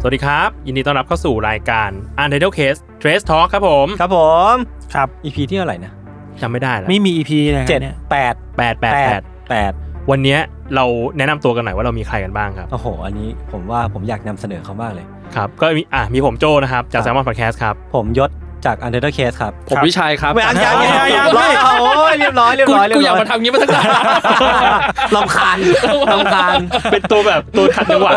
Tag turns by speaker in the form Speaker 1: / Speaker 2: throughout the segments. Speaker 1: สวัสดีครับ ยินดีต้อนรับเข้าสู่รายการ Untitled Case Trace Talk ครับผม
Speaker 2: ครับผม
Speaker 3: ครับ
Speaker 2: อีพีที่เท่าไหร่นะ
Speaker 1: จำไม่ได้แล้ว
Speaker 3: ไม่มีอีพีนะ
Speaker 2: เจ็ด
Speaker 3: นี่ย
Speaker 2: แปด
Speaker 1: แปดแปดแปด
Speaker 2: แปด
Speaker 1: วันเนี้ยเราแนะนำตัวกันหน่อยว่าเรามีใครกันบ้างครับ
Speaker 2: โอ้โห อันนี้ผมว่าผมอยากนำเสนอเขามากเลย
Speaker 1: ครับก็มีอ่ะมีผมโจนะครับ จากแซมมอนพอดแคสต์ครับ
Speaker 2: ผมยศจาก Untitled Case ครับ
Speaker 4: ผมวิชัยครับ
Speaker 2: ไม่อันยัง
Speaker 4: จ
Speaker 2: ยั
Speaker 4: ก
Speaker 2: ง
Speaker 4: นั้น
Speaker 2: ยังไม่โอ้ยเรียบร้อยเรียบ
Speaker 4: กู
Speaker 2: ร้อยเรีย
Speaker 4: กู
Speaker 2: บ
Speaker 4: อยา
Speaker 2: ร้
Speaker 4: ก
Speaker 2: อย
Speaker 4: มาทำงี้มา ตั้งนาน
Speaker 2: ลำคาญลำคาญ
Speaker 1: เป็นตัว แบบตัวขัดจังหวะ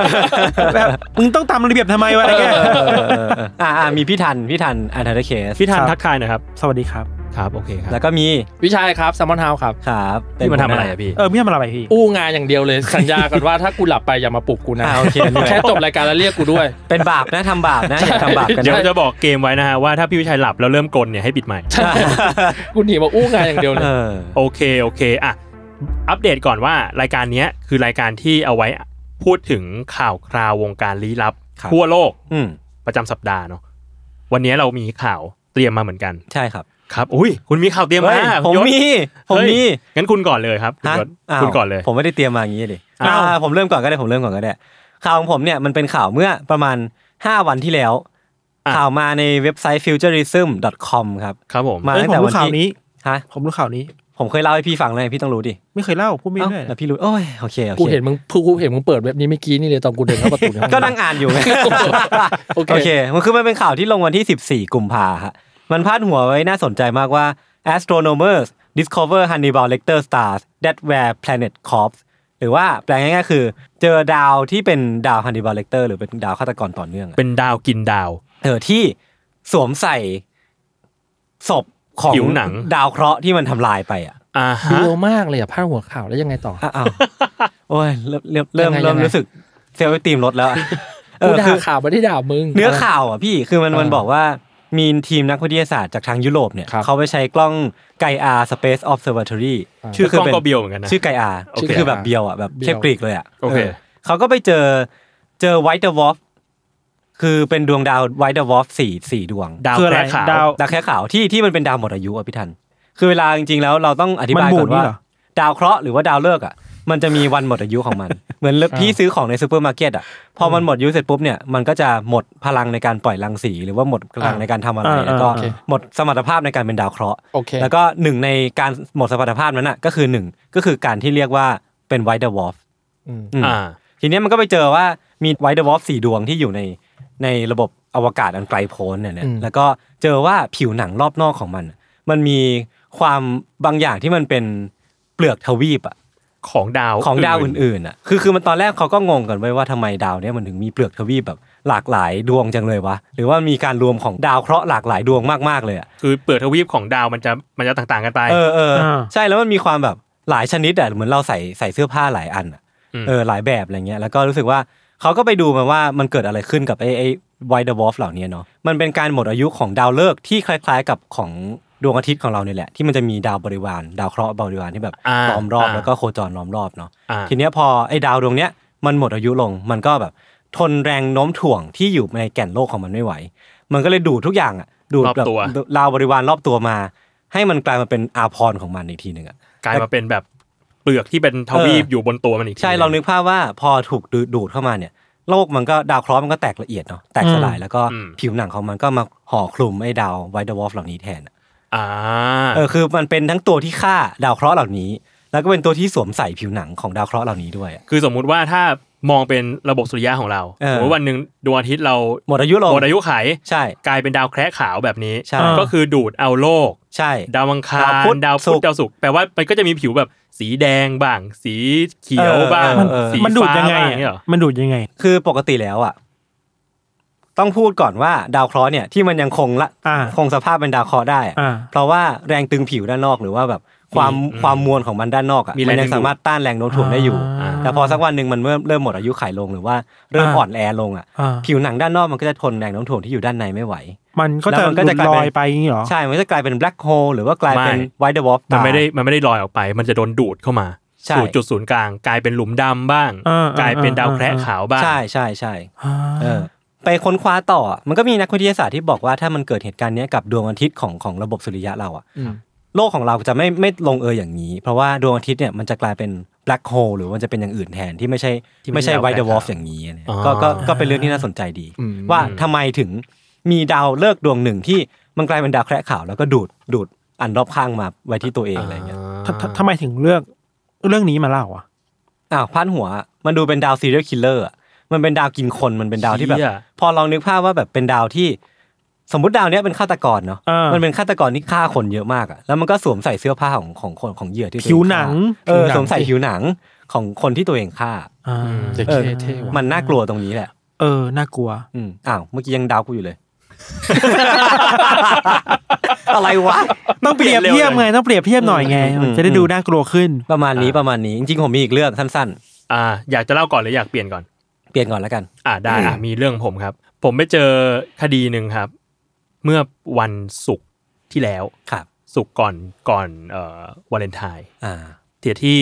Speaker 3: แบบ มึงต้องตามระเบียบทำไมวะอะไร
Speaker 2: เอ
Speaker 3: เงี้ย
Speaker 2: อเออเอออ่าอ่ามีพี่ทันพี่ทัน Untitled Case
Speaker 1: พี่ทั
Speaker 3: ค
Speaker 1: น
Speaker 3: รับ
Speaker 1: ทักทายหน่อยครับ
Speaker 3: สวัสดีครับ
Speaker 1: ครับโอเคครับ
Speaker 2: แล้วก็มี
Speaker 4: วิชัยครับแซมมอนเฮาครับ
Speaker 2: ครับเป็
Speaker 1: พี่มาทำอะไร
Speaker 2: หัวห
Speaker 1: อ่ะพี่
Speaker 3: เออพี่ทำอะไรพี่
Speaker 4: อู้งานอย่างเดียวเลย สัญญากันว่าถ้ากูหลับไปอย่ามาปลุกกูนะ
Speaker 2: อ่าโอเคเหนื่อย
Speaker 4: แค่จบรายการแล้วเรียกกูด้วย
Speaker 2: เป็นบาปนะทำบาปนะอย่าทำบาปกัน
Speaker 1: เดี๋ยว
Speaker 2: นะ
Speaker 1: เราจะบอกเกมไว้นะฮะว่าถ้าพี่วิชัยหลับแล้วเริ่มกลนเนี่ยให้ปิดใหม่
Speaker 4: กูหนีมาอู้งานอย่างเดียวเลย
Speaker 2: เออ
Speaker 1: โอเคโอเคอ่ะอัปเดตก่อนว่ารายการเนี้ยคือรายการที่เอาไว้พูดถึงข่าวคราววงการลี้ลับ
Speaker 2: ครับ
Speaker 1: ทั่วโลก
Speaker 2: อืม
Speaker 1: ประจำสัปดาห์เนาะวันนี้เรามีข่าวเตรียมมาเหมือนกัน
Speaker 2: ใช่ครับ
Speaker 1: ครับ อุ้ย คุณมีข่าวเตรียมมา
Speaker 2: เฮ้ยผม
Speaker 1: ยศ
Speaker 2: มี ผม
Speaker 1: เฮ้ย
Speaker 2: มี
Speaker 1: งั้นคุณก่อนเลยครับคุณ
Speaker 2: ฮะ
Speaker 1: ยศ
Speaker 2: อ้าว
Speaker 1: คุณก่อนเลย
Speaker 2: ผมไม่ได้เตรียมมาอย่างนี้ดิ
Speaker 1: อ้าว
Speaker 2: อ่าผมเริ่มก่อนก็ได้ผมเริ่มก่อนก็ได้ ข่าวของผมเนี่ยมันเป็นข่าวเมื่อประมาณ 5 วันที่แล้ว ข่าวมาในเว็บไซต์ futurism.com ครับ
Speaker 1: ครับผม
Speaker 2: มา
Speaker 3: เอ้ย
Speaker 2: ตั้ง
Speaker 3: ผม
Speaker 2: แต่วั
Speaker 3: รู้
Speaker 2: น
Speaker 3: ข่าว
Speaker 2: ที่
Speaker 3: นี้
Speaker 2: ฮะ
Speaker 3: ผมรู้ข่าวนี้
Speaker 2: ผมเคยเล่าให้พี่ฟังเลยพี่ต้องรู้ดิ
Speaker 3: ไม่เคยเล่าพูดไม่
Speaker 2: เอ้า
Speaker 3: ได้
Speaker 2: แล้วพี่รู้โอ้ยโอเคโอ
Speaker 4: กู
Speaker 2: เค
Speaker 4: เห็นมึงกูเห็นมึงเปิดเว็บนี้เมื่อกี้นี่เลยตอนกูเดินเข้าประตูเนี่ย
Speaker 2: ก็นั่งอ่านอยู่ไง
Speaker 4: โอเค
Speaker 2: โอเค มันคือมันเป็นข่าวที่ลงวันที่ 14 กุมภาฮะ มันพาดหัวไว้น่าสนใจมากว่า astronomers discover Hannibal Lecter stars that were planet corpse หรือว่าแปลง่ายๆคือ เจอดาวที่เป็นดาว Hannibal Lecter หรือเป็นดาวฆาตกรต่อเนื่องอะ
Speaker 1: เป็นดาวกินดาว
Speaker 2: เออที่สวมใส่ศพของ
Speaker 1: ผิวหนัง
Speaker 2: ดาวเคราะห์ที่มันทำลายไปอ่ะ
Speaker 1: อ่า
Speaker 4: เบี
Speaker 1: ฮะ
Speaker 4: ยวมากเลยอ่ะพาดหัวข่าวแล้วยังไงต่อ
Speaker 2: อ้าวโอ้ยเริ่มเริ่มเริ่ม
Speaker 4: ยังไง
Speaker 2: เริ่ม
Speaker 4: ยังไง
Speaker 2: รู้สึกเซลล์ตีมลดแล้วอะเอ
Speaker 4: กู
Speaker 2: อ
Speaker 4: ด่า
Speaker 2: คือ
Speaker 4: ข่าวไม่ได้ด่ามึง
Speaker 2: เนื้อข่าวอ่ะพี่คือมัน
Speaker 4: เออ
Speaker 2: มันบอกว่ามีทีมนักวิทยาศาสตร์จากทางยุโรปเนี่ย
Speaker 4: ครับ
Speaker 2: เขาไปใช้กล้องไกอาร์ Space Observatory
Speaker 1: ชื่อ
Speaker 2: คื
Speaker 1: กล้อง
Speaker 2: เป็น
Speaker 1: ก็เบียวเหมือนกันนะ
Speaker 2: ชื่อไกอาร์
Speaker 1: โอเค
Speaker 2: ก็คือแบบเบียวอ่ะแบบ
Speaker 4: เบียว
Speaker 2: เชฟกรีกเลยอ่ะ
Speaker 1: โอเค
Speaker 2: เขาก็ไปเจอเจอไวท์เดวอฟคือเป็นดวงดาวไวท์เดวอฟสี่สี่ดวง
Speaker 1: ดาว
Speaker 3: คืออะไร
Speaker 1: แร่ขาว
Speaker 3: ดาว
Speaker 2: ดาวแค่ขาวที่ที่มันเป็นดาวหมดอายุอ่ะพี่ทัน คือเวลาจริงๆแล้วเราต้องอธิบาย
Speaker 3: มันหมุ
Speaker 2: ก่อน นว่า
Speaker 3: นี่เหรอ
Speaker 2: ดาวเคราะห์หรือว่าดาวเลิกษ์อ่ะ มันจะมีวันหมดอายุของมัน เหมือนพี่ซื้อของในซูเปอร์มาร์เก็ตอ่ะพอมันหมดอายุเสร็จปุ๊บเนี่ยมันก็จะหมดพลังในการปล่อยรังสีหรือว่าหมดพลังในการทำอะไร
Speaker 3: อ่า
Speaker 2: แล้วก็
Speaker 3: อ่าโอเค
Speaker 2: หมดสมรรถภาพในการเป็นดาวเคราะห์
Speaker 4: โอเค
Speaker 2: แล้วก็หนึ่งในการหมดสมรรถภาพนั้นอ่ะก็คือหนึ่งก็คือการที่เรียกว่าเป็นไวท์เดวอฟ
Speaker 4: อืม
Speaker 1: อ่า
Speaker 2: ทีเนี้ยมันก็ไปเจอว่ามีไวท์เดอะวอฟสี่ดวงที่อยู่ในในระบบอวกาศอันไกลโพ้นเนี่ยนะ
Speaker 4: อืม
Speaker 2: แล้วก็เจอว่าผิวหนังรอบนอกของมันอะมันมีความบางอย่างที่มันเป็นเปลือกทวีปอะ
Speaker 1: ของดาว
Speaker 2: ของดาวอื่นๆอะคือคือมันตอนแรกเขาก็งงกันไว้ว่าทำไมดาวเนี่ยมันถึงมีเปลือกทวีปแบบหลากหลายดวงจังเลยวะหรือว่ามีการรวมของดาวเคราะห์หลากหลายดวงมากๆเลยอะ
Speaker 1: คือเปิดทวีปของดาวมันจะมันจะต่างๆกันไป
Speaker 2: เออเออ
Speaker 3: อ่า
Speaker 2: ใช่แล้วมันมีความแบบหลายชนิดอะเหมือนเราใส่ใส่เสื้อผ้าหลายอันอะ
Speaker 1: อืม
Speaker 2: เออหลายแบบอะไรเงี้ยแล้วก็รู้สึกว่าเขาก็ไปดูมาว่ามันเกิดอะไรขึ้นกับไอ้ไอ้ไวเดอร์วอฟเหล่านี้เนาะมันเป็นการหมดอายุของดาวฤกษ์ที่คล้ายๆ กับของดวงอาทิตย์ของเราเนี่ยแหละ ที่มันจะมีดาวบริวาร ดาวเคราะห์บริวารที่แบบ
Speaker 1: อ่า
Speaker 2: ล้อมรอบ
Speaker 1: อ่า
Speaker 2: แล้วก็โคจรล้อมรอบเนาะ
Speaker 1: อ่า
Speaker 2: ทีเนี้ยพอไอ้ดาวดวงเนี้ยมันหมดอายุลง มันก็แบบทนแรงโน้มถ่วงที่อยู่ในแก่นโลกของมันไม่ไหว มันก็เลยดูดทุกอย่างอะดูดแบบดาวบริวารรอบตัวมา ให้มันกลายมาเป็นอาพรณ์ของมันอีกทีหนึ่งอะ
Speaker 1: กลายมาเป็นแบบเปลือกที่เป็นทวี
Speaker 2: เอ
Speaker 1: ป
Speaker 2: อ
Speaker 1: อ
Speaker 2: อ
Speaker 1: ยู่บนตัวมันอีกที
Speaker 2: ใช่ลองนึกภาพว่าพอถูกดูดูดเข้ามาเนี่ยโลกมันก็ดาวเคราะห์มันก็แตกละเอียดเนาะแตกสลายแล้วก็ผิวหนังของมันก็มาห่อคลุมไอ้ดาวไวท์ดวอฟเหล่านี้แทนอะ
Speaker 1: อ่า
Speaker 2: เออคือมันเป็นทั้งตัวที่ฆ่าดาวเคราะห์เหล่านี้ แล้วก็เป็นตัวที่สวมใส่ผิวหนังของดาวเคราะห์เหล่านี้ด้วยอะ
Speaker 1: คือสมมุติว่าถ้า มองเป็นระบบสุริยะของเรา
Speaker 2: เออ
Speaker 1: สมมติวันหนึ่งดวงอาทิตย์เรา
Speaker 2: หมดอายุลง
Speaker 1: หมดอายุไข
Speaker 2: ใช่
Speaker 1: กลายเป็นดาวแคระขาวแบบนี้
Speaker 2: ใช่
Speaker 1: ก็คือดูดเอาโลก
Speaker 2: ใช่
Speaker 1: ดาวอังคา
Speaker 2: ดาว
Speaker 1: ร
Speaker 2: พุธ
Speaker 1: ดาวพุ
Speaker 2: ศุก
Speaker 1: ธ
Speaker 2: ร์
Speaker 1: ดาวศุกร์แปลว่ามันก็จะมีผิวแบบสีแดงบ้าง สีเขียว
Speaker 2: เออ
Speaker 1: บ้าง
Speaker 2: เออเออ
Speaker 1: สี
Speaker 3: มันดูด
Speaker 1: ฟ้า
Speaker 3: ยังไง
Speaker 1: บ้า
Speaker 3: อะ
Speaker 1: เยเหรอ
Speaker 3: มันดูดยังไง
Speaker 2: คือปกติแล้วอ่ะ ต้องพูดก่อนว่าดาวเคราะห์เนี่ยที่มันยังคงละ
Speaker 3: อ่า
Speaker 2: คงสภาพเป็นดาวเคราะห์ได้อะ
Speaker 3: อ่า
Speaker 2: เพราะว่าแรงตึงผิวด้านนอกหรือว่าแบบความความมวลของมันด้านนอกอ่ะ
Speaker 1: มีแร
Speaker 2: มั
Speaker 1: ง
Speaker 2: น
Speaker 1: ดึ
Speaker 2: ยัง ง
Speaker 1: ดูด
Speaker 2: สามารถต้านแรงโน้มถ่วงได้อยู่
Speaker 3: อ่า
Speaker 2: แต่พอสักวันหนึ่งมันเริ่มเริ่มหมดอายุไขลงหรือว่าเริ่ม
Speaker 3: อ่า
Speaker 2: อ่อนแอลงอ่ะ
Speaker 3: อ่า
Speaker 2: ผิวหนังด้านนอกมันก็จะทนแรงโน้มถ่วงที่อยู่ด้านในไม่ไหว
Speaker 3: มันก็
Speaker 2: แล้ว
Speaker 3: จะ
Speaker 2: มันก็
Speaker 3: หลุ
Speaker 2: จะ
Speaker 3: ด
Speaker 2: กลาย
Speaker 3: ล
Speaker 2: เป็น
Speaker 3: อยไปอย่างนี้เหรอ
Speaker 2: ใช่ มันจะกลายเป็นแบล็คโฮลหรือว่ากลายเป็น
Speaker 1: ไม่
Speaker 2: ไวท์เดอะวอล์ฟ
Speaker 1: มันไม่ได้มันไม่ได้ลอยออกไป มันจะโดนดูดเข้ามา
Speaker 2: ใช่
Speaker 1: สู่จุดศูนย์กลาง กลายเป็นหลุมดำบ้าง
Speaker 3: อ่าอ่าก
Speaker 1: ลายเป็นดาวแคระ
Speaker 3: อ่า
Speaker 1: ขาวบ้าง
Speaker 2: ใช่ใช่ใช่
Speaker 3: อ่า
Speaker 2: เออไปค้นคว้าต่อ มันก็มีนักวิทยาศาสตร์ที่บอกว่าถ้ามันเกิดเหตุการณ์เนี้ยกับดวงอาทิตย์ของของระบบสุริยะเราอะ
Speaker 4: อืม
Speaker 2: โลกของเราจะไม่ไม่ลงเอยอย่างนี้ เพราะว่าดวงอาทิตย์เนี่ยมันจะกลายเป็นแบล็คโฮลหรือมันจะเป็นอย่างอื่นแทนที่ไม่ใช่
Speaker 4: ที่ไม่
Speaker 2: ไม่
Speaker 4: ใช่
Speaker 2: ใช่ไวท์เดอะวอล์ฟ
Speaker 4: ดาวแคระ
Speaker 2: อย่างนี้เนี่ย
Speaker 1: อ๋อ
Speaker 2: ก็ก็ก็เป็นเรื่องที่น่าสนใจดี
Speaker 4: อืม
Speaker 2: ว่าทำไมถึงมีดาวเลิกษ์ดวงหนึ่งที่มันกลายเป็นดาวแคระขาวแล้วก็ดูดดูดอันรอบข้างมาไว้ที่ตัวเองอะไรอย่างเงี้ย
Speaker 3: ทำทำทำไมถึงเลือกเรื่องนี้มาเล่าอ่ะ
Speaker 2: อ้าวพาดหัวอะมันดูเป็นดาวซีเรียลคิลเลอร์มันเป็นดาวกินคนมันเป็นดาวที่แบบ
Speaker 1: เชี่ย
Speaker 2: พอลองนึกภาพว่าแบบเป็นดาวที่ สมมติดาวเนี้ยเป็นฆาตกรเนาะ
Speaker 3: อ่ามั
Speaker 2: มันเป็นฆาตกรที่ฆ่าคนเยอะมากอะแล้วมันก็สวมใส่เสื้อผ้าของของคนของเหยื่อที่ตัวเอง
Speaker 3: ผิวหนัง
Speaker 2: ฆ่าเออ
Speaker 4: ผิวหนัง
Speaker 2: สวมใส่ผิวหนังของคนที่ตัวเองฆ่า
Speaker 3: อ่า
Speaker 4: เด็ก
Speaker 2: เออ
Speaker 4: เท่ๆว่ะ
Speaker 2: มันน่ากลัวตรงนี้แหละ
Speaker 3: เออ น่ากลัว
Speaker 2: อืมอ้าวเมื่อกี้ยังดาวกูอยู่เลย อะไรวะ
Speaker 3: ต้องเปรียบเทียบไง ต้องเปรียบเทียบหน่อยไง
Speaker 2: อืม
Speaker 3: จะได้ดูน่ากลัวขึ้น
Speaker 2: ประมาณนี้ประมาณนี้จริงๆผมมีอีกเรื่องสั้น
Speaker 1: อ่าอยากจะเล่าก่อนหรืออยากเปลี่ยนก่อน
Speaker 2: ๆ เปลี่ยนก่อนแล้วกัน
Speaker 1: อ่าได้อ่ะมีเรื่องผมครับ ผมไปเจอคดีหนึ่งครับ เมื่อวันศุกร์ที่แล้ว
Speaker 2: ครับ
Speaker 1: ศุกร์ก่อนก่อนเอ่อวาเลนไทน์
Speaker 2: อ่า
Speaker 1: เทียที่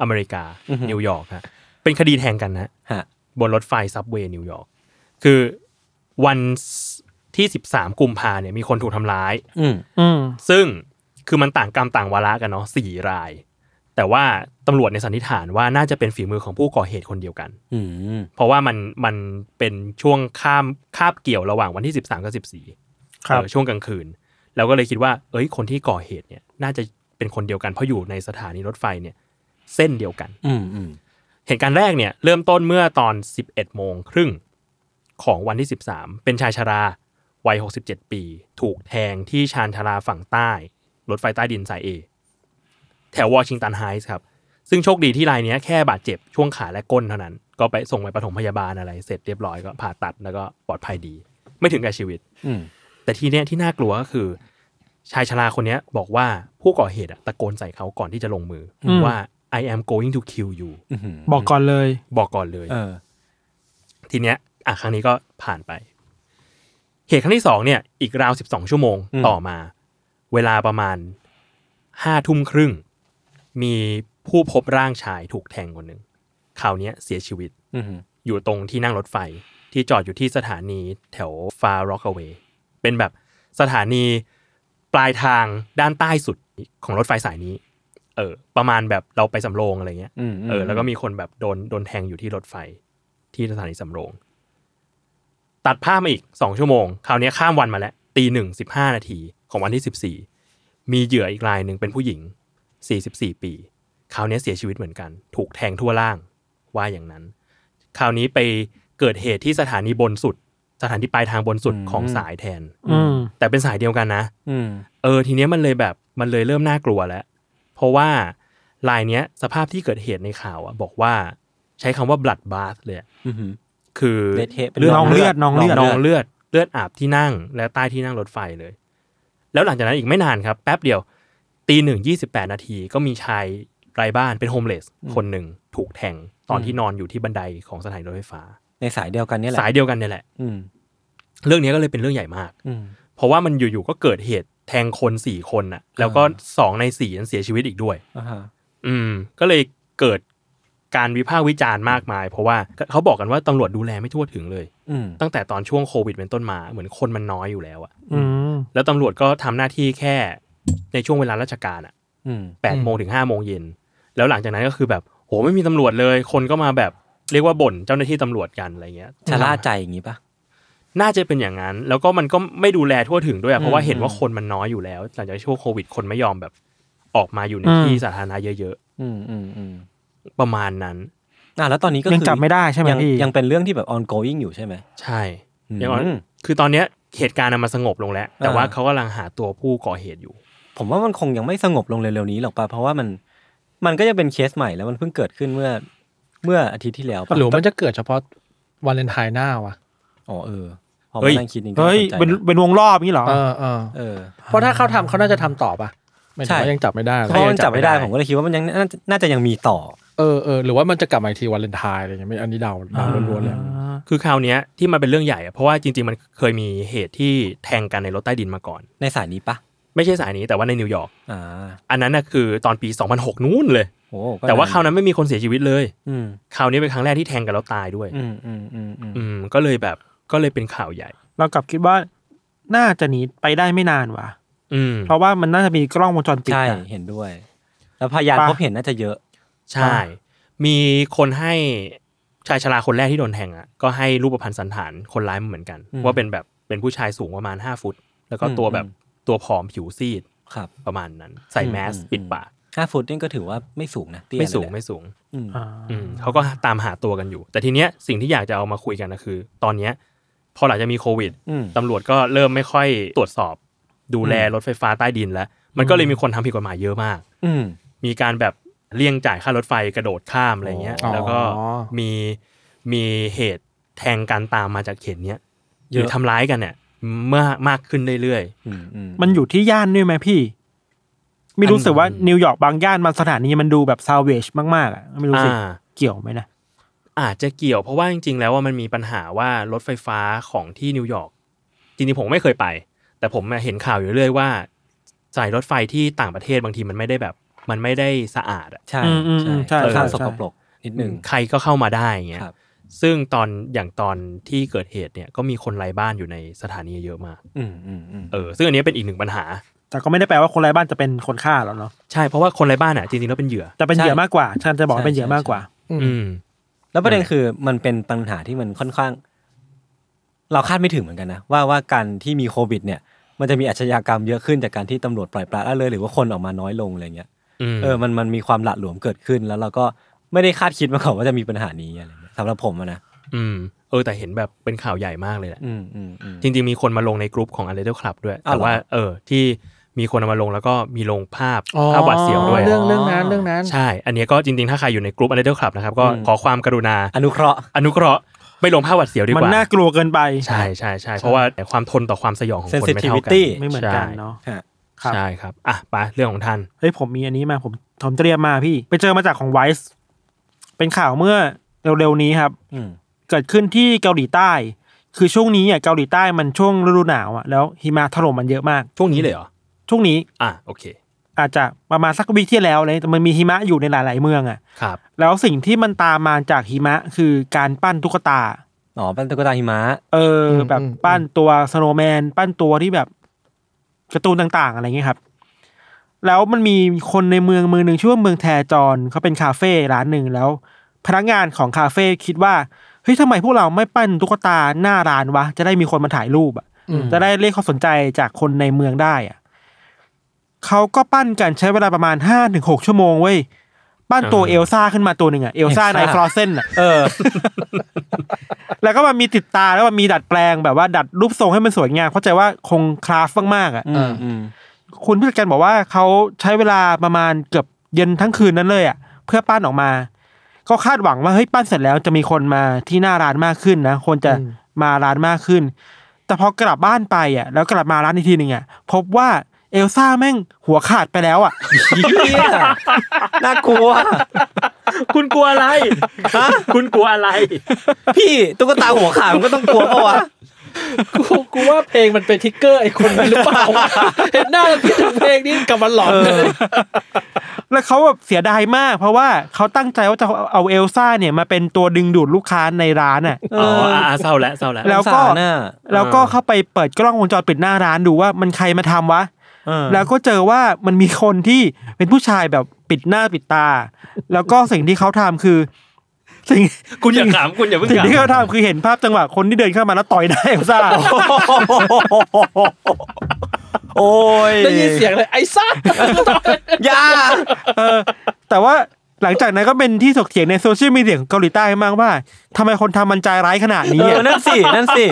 Speaker 1: อเมริกา
Speaker 2: อือฮึ
Speaker 1: นิวยอร์กฮะเป็นคดีแทงกันนะ
Speaker 2: ฮะ
Speaker 1: บนรถไฟซับเวย์นิวยอร์กคือวันที่ 13 กุมภาเนี่ยมีคนถูกทำร้าย
Speaker 2: อืม
Speaker 3: อืม
Speaker 1: ซึ่งคือมันต่างกรรมต่างวาระกันเนาะสี่ราย แต่ว่าตำรวจในยสันนิษฐานว่าน่าจะเป็นฝีมือของผู้ก่อเหตุคนเดียวกัน
Speaker 2: อืม
Speaker 1: เพราะว่ามันมันเป็นช่วงข้ามคาบเกี่ยวระหว่างวันที่ 13กับ14
Speaker 3: ครับ
Speaker 1: เออช่วงกลางคืน แล้วก็เลยคิดว่า เอ้ยคนที่ก่อเหตุเนี่ยน่าจะเป็นคนเดียวกันเพราะอยู่ในสถานีรถไฟเนี่ยเส้นเดียวกัน
Speaker 2: อืมอืม
Speaker 1: เหตุการณ์แรกเนี่ยเริ่มต้นเมื่อตอน 11 โมงครึ่งของวันที่ 13 เป็นชายชราวัย 67 ปี ถูกแทงที่ชานชาราฝั่งใต้ รถไฟใต้ดินสายเอแถววอชิงตันไฮส์ครับ ซึ่งโชคดีที่รายเนี้ยแค่บาดเจ็บช่วงขาและก้นเท่านั้น ก็ไปส่งไปปฐมพยาบาลอะไร เสร็จเรียบร้อยก็ผ่าตัดแล้วก็ปลอดภัยดี ไม่ถึงกับชีวิต
Speaker 2: อืม
Speaker 1: แต่ที่เนี้ยที่น่ากลัวก็คือ ชายชราคนเนี้ยบอกว่าผู้ก่อเหตุอะตะโกนใส่เขาก่อนที่จะลงมืออ
Speaker 3: ม
Speaker 1: ว่า I am going to kill you
Speaker 2: อืม
Speaker 3: บอกก่อนเลย
Speaker 1: บอกก่อนเลย
Speaker 2: เออ
Speaker 1: ทีเนี้ยอ่ะครั้งนี้ก็ผ่านไป เหตุครั้งที่สองเนี่ย อีกราวสิบสองชั่วโมง
Speaker 2: อืม
Speaker 1: ต่อมา เวลาประมาณห้าทุ่มครึ่ง มีผู้พบร่างชายถูกแทงคนหนึ่งคราวเนี้ยเสียชีวิต
Speaker 2: อืม
Speaker 1: อยู่ตรงที่นั่งรถไฟ ที่จอดอยู่ที่สถานีแถวฟาร็อกเวย์เป็นแบบสถานีปลายทางด้านใต้สุดของรถไฟสายนี้ เออ ประมาณแบบเราไปสำโรงอะไรเงี้ย
Speaker 2: อืม
Speaker 1: เออแล้วก็มีคนแบบโดนโดนแทงอยู่ที่รถไฟที่สถานีสำโรง ตัดภาพมาอีกสองชั่วโมง คราวนี้ข้ามวันมาแล้วตีหนึ่งสิบห้านาทีของวันที่สิบสี่มีเหยื่ออีกรายหนึ่งเป็นผู้หญิงสี่สิบสี่ปี คราวนี้เสียชีวิตเหมือนกัน ถูกแทงทั่วล่างว่าอย่างนั้น คราวนี้ไปเกิดเหตุที่สถานีบนสุด สถานีปลายทางบนสุดของสายแทน
Speaker 3: อืม
Speaker 1: แต่เป็นสายเดียวกันนะ
Speaker 2: อืม
Speaker 1: เออทีเนี้ยมันเลยแบบมันเลยเริ่มน่ากลัวแล้ว เพราะว่าลายเนี้ยสภาพที่เกิดเหตุในข่าวอ่ะบอกว่าใช้คำว่า blood bath เลยอะ
Speaker 2: อืม
Speaker 1: คือ
Speaker 2: เละเทะเป็น
Speaker 3: น้องเลือดน้องเลือด
Speaker 1: นองเลือดเลือดอาบที่นั่งและใต้ที่นั่งรถไฟเลย แล้วหลังจากนั้นอีกไม่นานครับ แป๊บเดียวตีหนึ่งยี่สิบแปดนาทีก็มีชายไร้บ้านเป็นโฮมเลสคนหนึ่งถูกแทงตอนที่นอนอยู่ที่บันไดของสถานีรถไฟฟ้า
Speaker 2: ในสายเดียวกันเนี่ยแหละ
Speaker 1: สายเดียวกันเนี่ยแหละ
Speaker 2: อืม
Speaker 1: เรื่องนี้ก็เลยเป็นเรื่องใหญ่มาก
Speaker 2: อืม
Speaker 1: เพราะว่ามันอยู่ๆก็เกิดเหตุแทงคนสี่คนน่ะ แล้วก็
Speaker 2: อ่
Speaker 1: สองในสี่นั้นเสียชีวิตอีกด้วย
Speaker 2: อ่าฮะ
Speaker 1: อืม ก็เลยเกิดการวิพากษ์วิจารณ์มากมาย เพราะว่าเขาบอกกันว่าตำรวจดูแลไม่ทั่วถึงเลย
Speaker 2: อืม
Speaker 1: ตั้งแต่ตอนช่วงโควิดเป็นต้นมา เหมือนคนมันน้อยอยู่แล้วอะ
Speaker 3: อืม
Speaker 1: แล้วตำรวจก็ทำหน้าที่แค่ในช่วงเวลาราชการอะ
Speaker 2: อืม
Speaker 1: แปดโมงถึงห้าโมงเย็น แล้วหลังจากนั้นก็คือแบบโหไม่มีตำรวจเลย คนก็มาแบบเรียกว่าบ่นเจ้าหน้าที่ตำรวจกันอะไรเงี้ย
Speaker 2: ชะล่าใจอย่างงี้ปะ
Speaker 1: น่าจะเป็นอย่างนั้น แล้วก็มันก็ไม่ดูแลทั่วถึงด้วยอะเพราะว่า
Speaker 2: อืม
Speaker 1: เห็นว่าคนมันน้อยอยู่แล้ว หลังจากช่วงโควิดคนไม่ยอมแบบออกมาอยู่ใน
Speaker 3: อืม
Speaker 1: ที่สาธารณะเยอะ
Speaker 2: อืมอืมอืม
Speaker 1: ๆ ประมาณนั้น
Speaker 2: อ่ะแล้วตอนนี้ก็
Speaker 3: ยัง
Speaker 2: คือ
Speaker 3: จับไม่ได้ใช่ไหม
Speaker 2: ยัง
Speaker 3: พี่
Speaker 2: ยังเป็นเรื่องที่แบบ ongoing อยู่ใช่ไหม
Speaker 1: ใช่
Speaker 2: อืม
Speaker 1: อย่างน้อยคือตอนเนี้ยเหตุการณ์น่ะมันสงบลงแล้ว แต่
Speaker 2: อ่า
Speaker 1: ว่าเขากำลังหาตัวผู้ก่อเหตุอยู่
Speaker 2: ผมว่ามันคงยังไม่สงบลงเร็วๆนี้หรอกป่ะเพราะว่ามันมันก็จะเป็นเคสใหม่แล้วมันเพิ่งเกิดขึ้นเมื่อเมื่ออาทิตย์ที่แล้วป่ะ
Speaker 4: หรือมันจะเกิดเฉพาะวาเลนไทน์หน้าวะ
Speaker 2: อ๋อเออพอ
Speaker 1: เฮ้
Speaker 2: มาย นั่งคิดนี่ก็
Speaker 3: เฮ้ย
Speaker 2: สใจ
Speaker 3: เป็น
Speaker 2: นะ
Speaker 3: เป็นวงรอบนี้เหรอ
Speaker 4: เออเออ
Speaker 2: เออ
Speaker 4: เพราะถ้าเขาทำเขาน่าจะทำต่อปะไม่
Speaker 2: ใช่
Speaker 4: ใช่ายังจับไม่ได้หรอ
Speaker 2: เพราะมันจับไม่ได้ผมก็เลยคิดว่ามันยังน่าจะน่าจะยังมีต่อ
Speaker 4: เออเออหรือว่ามันจะกลับมาอีกทีวาเลนไทน์อะไรอย่างเงี้ยไม่อันนี้เดาเดาล้วนๆเลย
Speaker 1: คือคราวเนี้ยที่มันเป็นเรื่องใหญ่อะเพราะว่าจริง ๆ มันเคยมีเหตุที่แทงกันในรถใต้ดินมาก่อน
Speaker 2: ในสายนี้ปะ
Speaker 1: ไม่ใช่สายนี้แต่ว่าในนิวยอร์ก
Speaker 2: อ่า
Speaker 1: อันนั้นน่ะคือตอนปี 2006 นู้นเลย
Speaker 2: โอ้ก็
Speaker 1: แต่ว่า
Speaker 2: ะ
Speaker 1: คราวนั้นไม่มีคนเสียชีวิตเลย
Speaker 2: อืม
Speaker 1: คราวนี้เป็นครั้งแรกที่แทงกันแล้วตายด้วย
Speaker 2: อืมอืมอืมอืม
Speaker 1: อืมก็เลยแบบก็เลยเป็นข่าวใหญ่
Speaker 3: เรากลับคิดว่าน่าจะหนีไปได้ไม่นานว่ะ
Speaker 1: อืม
Speaker 3: เพราะว่ามันน่าจะมีกล้องวงจรปิด
Speaker 2: ใช่
Speaker 3: อะ
Speaker 2: เห็นด้วย แล้วพยาน
Speaker 3: ป่ะ
Speaker 2: พบเห็นน่าจะเยอะ
Speaker 1: ใช่ มีคนให้ชายชราคนแรกที่โดนแทงอ่ะก็ให้รูปพรรณสันฐานคนร้ายมาเหมือนกัน
Speaker 2: อืม
Speaker 1: ว่าเป็นแบบเป็นผู้ชายสูงประมาณ 5 ฟุต แล้วก็ตัว
Speaker 2: อืม
Speaker 1: แบบตัวผอมผิวซีด
Speaker 2: ครับ
Speaker 1: ประมาณนั้น ใส่แมส
Speaker 2: อืม
Speaker 1: ปิดปาก
Speaker 2: ห้าฟุตนี่ก็ถือว่าไม่สูงนะเตี้ย
Speaker 1: ไม่สูง
Speaker 2: เลยแหละ
Speaker 1: ไม่สูง
Speaker 2: อืม
Speaker 3: อ่า
Speaker 1: อืมเขาก็ตามหาตัวกันอยู่ แต่ทีเนี้ยสิ่งที่อยากจะเอามาคุยกันก็คือ ตอนเนี้ยพอหลังจากมีโควิด
Speaker 2: อืม
Speaker 1: ตำรวจก็เริ่มไม่ค่อยตรวจสอบ ดูแลรถไฟฟ้าใต้ดินแล้ว มันก็เลยมีคนทำผิดกฎหมายเยอะมาก
Speaker 2: อืม
Speaker 1: มีการแบบเลี่ยงจ่ายค่ารถไฟกระโดดข้ามอะไรเงี้ย
Speaker 4: อ๋อ
Speaker 1: แล้วก็มีมีเหตุแทงกันตามมาจากเขตเนี้ยห
Speaker 2: เย
Speaker 1: รือ
Speaker 2: อะ
Speaker 1: ทำร้ายกันเนี่ยเมื่อมากขึ้นเรื่อย
Speaker 2: อืมอืม
Speaker 3: มันอยู่ที่ย่านด้วยไหมพี่ ไม่รู้
Speaker 1: อัน
Speaker 3: สึกว่านิวยอร์กบางย่านบางสถานีมันดูแบบซาวเวชมากๆอ่ะไม่
Speaker 1: ๆ
Speaker 3: รู้สิ
Speaker 1: อ่า
Speaker 3: เกี่ยวไหมนะ
Speaker 1: อาจจะเกี่ยวเพราะว่าจริงๆ แล้วว่ามันมีปัญหาว่ารถไฟฟ้าของที่นิวยอร์กจริงๆผมไม่เคยไป แต่ผมเห็นข่าวอยู่เรื่อยว่าสายรถไฟที่ต่างประเทศบางทีมันไม่ได้แบบ มันไม่ได้สะอาดอะ
Speaker 2: ใช่
Speaker 3: อืมอืมอืมใช่
Speaker 2: ค่อน
Speaker 3: ใช่
Speaker 2: ข้างส
Speaker 3: ใช่
Speaker 2: กปรกนิดหนึ่ง
Speaker 1: ใครก็เข้ามาได้อย่างเงี้ย
Speaker 2: ครับ
Speaker 1: ซึ่งตอนอย่างตอนที่เกิดเหตุเนี่ยก็มีคนไร้บ้านอยู่ในสถานีเยอะมาก
Speaker 2: อืมอืมอืม
Speaker 1: เออ ซึ่งอันเนี้ยเป็นอีกหนึ่งปัญหา
Speaker 3: แต่ก็ไม่ได้แปลว่าคนไร้บ้านจะเป็นคนฆ่าแล้วเนาะ
Speaker 1: ใช่ เพราะว่าคนไร้บ้านอ่ะจริงๆแล้วเป็นเหยื่อ
Speaker 3: แต่เป็นเหยื่อมากกว่าฉันจะบอกว่าเป็นเหยื่อมากกว่า
Speaker 1: อืม
Speaker 2: แล้วประเด็นคือมันเป็นปัญหาที่มันค่อนข้าง เราคาดไม่ถึงเหมือนกันนะ ว่าว่าการที่มีโควิด เนี่ย มันจะมีอาชญากรรมเยอะขึ้นจากการที่ตำรวจปล่อยปละละเลย หรือว่าคนออกมาน้อยลงอะไรเงี้ย
Speaker 1: อืม
Speaker 2: เออมันมันมีความหละหลวมเกิดขึ้น แล้วเราก็ไม่ได้คาดคิดมาก่อนว่าจะมีปัญหานี้อะไรเงี้ยสำหรับผมอะนะ
Speaker 1: อืม เออ แต่เห็นแบบเป็นข่าวใหญ่มากเลยแหละ
Speaker 2: อืมอืมอืม
Speaker 1: จริงๆ มีคนมาลงในกลุ่มของ u n l e t t l e Club ด้วย
Speaker 2: อ้าวเห
Speaker 1: แต่
Speaker 2: รอ
Speaker 1: ว่า เออ ที่มีคนเอามาลงแล้วก็มีลงภาพภาพหวาดเสียวด้วย
Speaker 4: เรื่องเรื่องนั้นเรื่องนั้น
Speaker 1: ใช่ อันเนี้ยก็จริงๆ ถ้าใครอยู่ในกลุ่ม u n l e t t l e Club นะครับ ก็
Speaker 2: อืม
Speaker 1: ขอความกรุณา
Speaker 2: อนุเคราะห์
Speaker 1: อนุเคราะห์ไม่ลงภาพหวาดเสียวดีก
Speaker 3: มั
Speaker 1: ว่าม
Speaker 3: นน่ากลัวเกินไป
Speaker 1: ใช่ใช่ใช่เพราะว่าความทนต่อความสยองของคนไม่เท่ากัน
Speaker 2: Sensitivity
Speaker 3: ไม่เหมือนกันเนาะ
Speaker 2: ฮะ
Speaker 3: ครับ
Speaker 1: ใช่ครับ อ่ะไปเรื่องของท่าน
Speaker 3: เฮ้ยผมมีอันนี้มาผมผมเตรียมมาพี่ ไปเจอมาจากของไวส์เป็นข่าวเมื่อเร็วๆนี้ครับ
Speaker 2: อืม
Speaker 3: เกิดขึ้นที่เกาหลีใต้ คือช่วงนี้อ่ะเกาหลีใต้มันช่วงฤดูหนาวอ่ะแล้วหิมะถล่มมันเยอะมาก
Speaker 1: ช่วงนี้เลยเหรอ
Speaker 3: ช่วงนี้
Speaker 1: อ่ะ โอเค
Speaker 3: อาจจะประมาณสักวีคที่แล้วเลยแต่มันมีหิมะอยู่ในหลาย ๆ เมืองอ่ะ
Speaker 1: ครับ
Speaker 3: แล้วสิ่งที่มันตามมาจากหิมะคือการปั้นตุ๊กตา
Speaker 2: อ๋อเป็นตุ๊กตาหิมะ
Speaker 3: เออ
Speaker 4: ม
Speaker 3: อแบบ
Speaker 4: อืม
Speaker 3: ปั้นตัวสโนว์แมนปั้นตัวที่แบบการ์ตูนต่าง ๆ อะไรเงี้ยครับ แล้วมันมีคนในเมืองเมืองหนึ่งชื่อว่าเมืองแทจอนเขาเป็นคาเฟ่ร้านหนึ่งแล้ว พนักงานของคาเฟ่คิดว่าเฮ้ยทำไมพวกเราไม่ปั้นตุ๊กตาหน้าร้านวะ จะได้มีคนมาถ่ายรูปอ่ะ จะได้เรียกความสนใจจากคนในเมืองได้อ่ะเขาก็ปั้นกันใช้เวลาประมาณห้าถึงหกชั่วโมงเว้ยปั้นตัว
Speaker 1: อ่า
Speaker 3: เอลซ่าขึ้นมาตัวหนึ่งอ่ะเอลซ่าใน
Speaker 2: Elsa
Speaker 3: ฟรอเซนอ่ะ
Speaker 2: เออ
Speaker 3: แล้วก็มันมีติดตาแล้วมันมีดัดแปลงแบบว่าดัดรูปทรงให้มันสวยงามเข้าใจว่าคงคราฟมากๆอ่ะ
Speaker 2: อืมอืม
Speaker 3: คุณผู้จัดการบอกว่าเขาใช้เวลาประมาณเกือบเย็นทั้งคืนนั้นเลยอ่ะเพื่อปั้นออกมา ก็คาดหวังว่าเฮ้ยปั้นเสร็จแล้วจะมีคนมาที่หน้าร้านมากขึ้นนะคนจะ
Speaker 4: อืม
Speaker 3: มาร้านมากขึ้น แต่พอกลับบ้านไปอ่ะ แล้วกลับมาร้านอีกทีหนึ่งอ่ะพบว่าเอลซ่าแม่งหัวขาดไปแล้วอ่ะ
Speaker 2: น่ากลัว
Speaker 1: คุณกลัวอะไร คุณกลัวอะไร
Speaker 2: พี่ตุ๊กตาหัวขาดมันก็ต้องกลัวปะวะ
Speaker 4: กูกูว่าเพลงมันเป็นทิกเกอร์ไอ้คนนั้นหรือเปล่า เห็นหน้าแล้วคิดถึงเพลงนี้กลับมาหลอนเลย
Speaker 3: แล้วเขาแบบเสียดายมาก เพราะว่าเขาตั้งใจว่าจะเอาเอลซ่าเนี่ยมาเป็นตัวดึงดูดลูกค้าในร้านอ่ะ
Speaker 1: อ๋ออ่ะอ่ะเศร้าแล้วเศร้าแล้ว
Speaker 3: แล้วก็
Speaker 2: สงสารน่ะ
Speaker 3: แล้วก็
Speaker 1: อ่า
Speaker 3: เข้าไปเปิดกล้องวงจรปิดหน้าร้านดูว่ามันใครมาทำวะ
Speaker 2: เออ
Speaker 3: แล้วก็เจอว่ามันมีคนที่เป็นผู้ชายแบบปิดหน้าปิดตา แล้วก็สิ่งที่เขาทำคือ สิ่ง
Speaker 1: คุณอย่าถามคุณอย่าเพิ่ง
Speaker 3: สิ่ง
Speaker 1: ถาม
Speaker 3: ที่เขาทำคือเห็นภาพจังหวะคนที่เดินเข้ามาแล้วต่อยหน้าเอลซ่า
Speaker 2: โอ้ย
Speaker 4: ได้ยินเสียงเลยไอ้ซ่า
Speaker 2: อยา
Speaker 3: เออ แต่ว่า หลังจากนั้นก็เป็นที่ถกเถียงในโซเชียลมีเดียของเกาหลีใต้มากว่าทำไมคนทำมันใจร้ายขนาดนี้
Speaker 2: เอ
Speaker 3: อะ
Speaker 2: อนั่นสินั่นสิ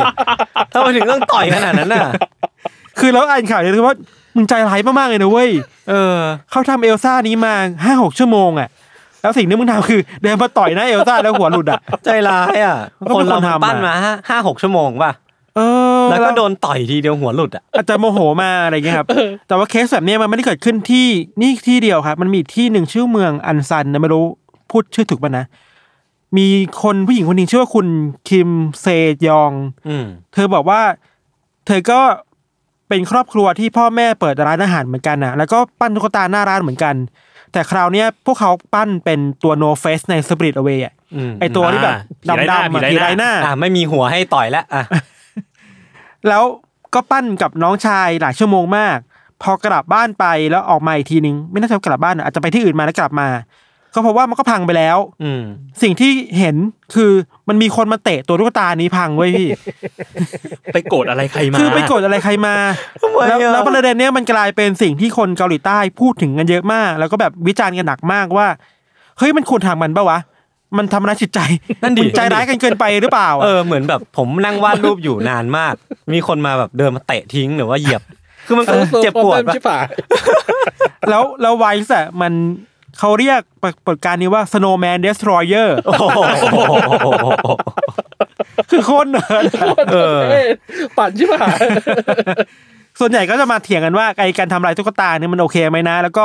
Speaker 2: ทำไมถึงต้องต่อยขนาดนั้นน่ะ
Speaker 3: คือเราอ่านข่าวเนี่ยคือว่ามึงใจร้ายมากๆเลยนะเว้ย
Speaker 2: เออ
Speaker 3: เขาทำเอลซ่านี้มาห้าหกชั่วโมงอ่ะ แล้วสิ่งที่มึงทำคือเดินมาต่อยหน้าเอลซ่าแล้วหัวหลุดอ่ะ
Speaker 2: ใจร้ายอ่ะ
Speaker 3: มันก็
Speaker 2: ค
Speaker 3: เป็น น
Speaker 2: เรา
Speaker 3: คนทำอะ
Speaker 2: ปั้นมาห้าห้าหกชั่วโมงป่ะ
Speaker 3: เออ
Speaker 2: แล้วก็โดนต่อยทีเดียวหัวหลุดอ่ะ
Speaker 3: อาจจะโมโหมาอะไรเงี้ยครับ แต่ว่าเคสแบบเนี้ยมันไม่ได้เกิดขึ้นที่นี่ที่เดียวครับ มันมีอีกที่หนึ่งชื่อเมืองอันซันนะไม่รู้พูดชื่อถูกป่ะนะ มีคนผู้หญิงคนหนึ่งชื่อว่าคุณคิมเซยอง
Speaker 2: อืม
Speaker 3: เธอบอกว่าเธอก็เป็นครอบครัวที่พ่อแม่เปิดร้านอาหารเหมือนกันนะแล้วก็ปั้นตุ๊กตาหน้าร้านเหมือนกัน แต่คราวเนี้ยพวกเขาปั้นเป็นตัวโนเฟสใน Spirit Away อะ
Speaker 2: อืม
Speaker 3: ไอตัวที่แบบ
Speaker 1: อ่า
Speaker 3: ดำๆอะ
Speaker 1: ผี
Speaker 3: ผี
Speaker 1: ไร้หน้า
Speaker 3: ไร้หน้า
Speaker 2: อ่ะไม่มีหัวให้ต่อยแล้วอ่ะ
Speaker 3: แล้วก็ปั้นกับน้องชายหลายชั่วโมงมาก พอกลับบ้านไปแล้วออกมาอีกทีนึง ไม่น่าจะกลับบ้านอะอาจจะไปที่อื่นมาแล้วกลับมา ก็เพราะว่ามันก็พังไปแล้ว
Speaker 2: อืม
Speaker 3: สิ่งที่เห็นคือมันมีคนมาเตะตัวตุ๊กตานี้พังไว้ย พี่
Speaker 1: ไปโกรธอะไรใครมา
Speaker 3: คือไปกดอะไรใครมา
Speaker 2: ทำไม
Speaker 3: แล้ว
Speaker 2: อ่ะ
Speaker 3: แล้วประเด็นเนี้ยมันกลายเป็นสิ่งที่คนเกาหลีใต้พูดถึงกันเยอะมาก แล้วก็แบบวิจารณ์กันหนักมากว่า เฮ้ยมันควรทางมันปะวะ มันทำร้ายจิตใจ
Speaker 2: นั่นดิ
Speaker 3: มัใจร้ายกันเกินไปหรือเปล่า
Speaker 2: เออ เหมือนแบบผมนั่งวาดรูปอยู่นานมาก มีคนมาแบบเดินมาเตะทิ้งหรือว่าเหยียบ คือมันก็เจ็บปวด
Speaker 4: โซโลโปรแกรม
Speaker 2: ปะ
Speaker 4: ชิบหาย
Speaker 3: แล้วแล้วไวส์อะมันเขาเรียกปรากฏการณ์นี้ว่า snowman destroyer
Speaker 2: โอ้โห
Speaker 3: คือโคนเนิ ร์ดอะ
Speaker 2: เออ
Speaker 4: เอ้ยปั่นชิบหาย
Speaker 3: ส่วนใหญ่ก็จะมาเถียงกันว่าไอการทำลายตุ๊กตาเนี่ยมันโอเคไหมนะ แล้วก็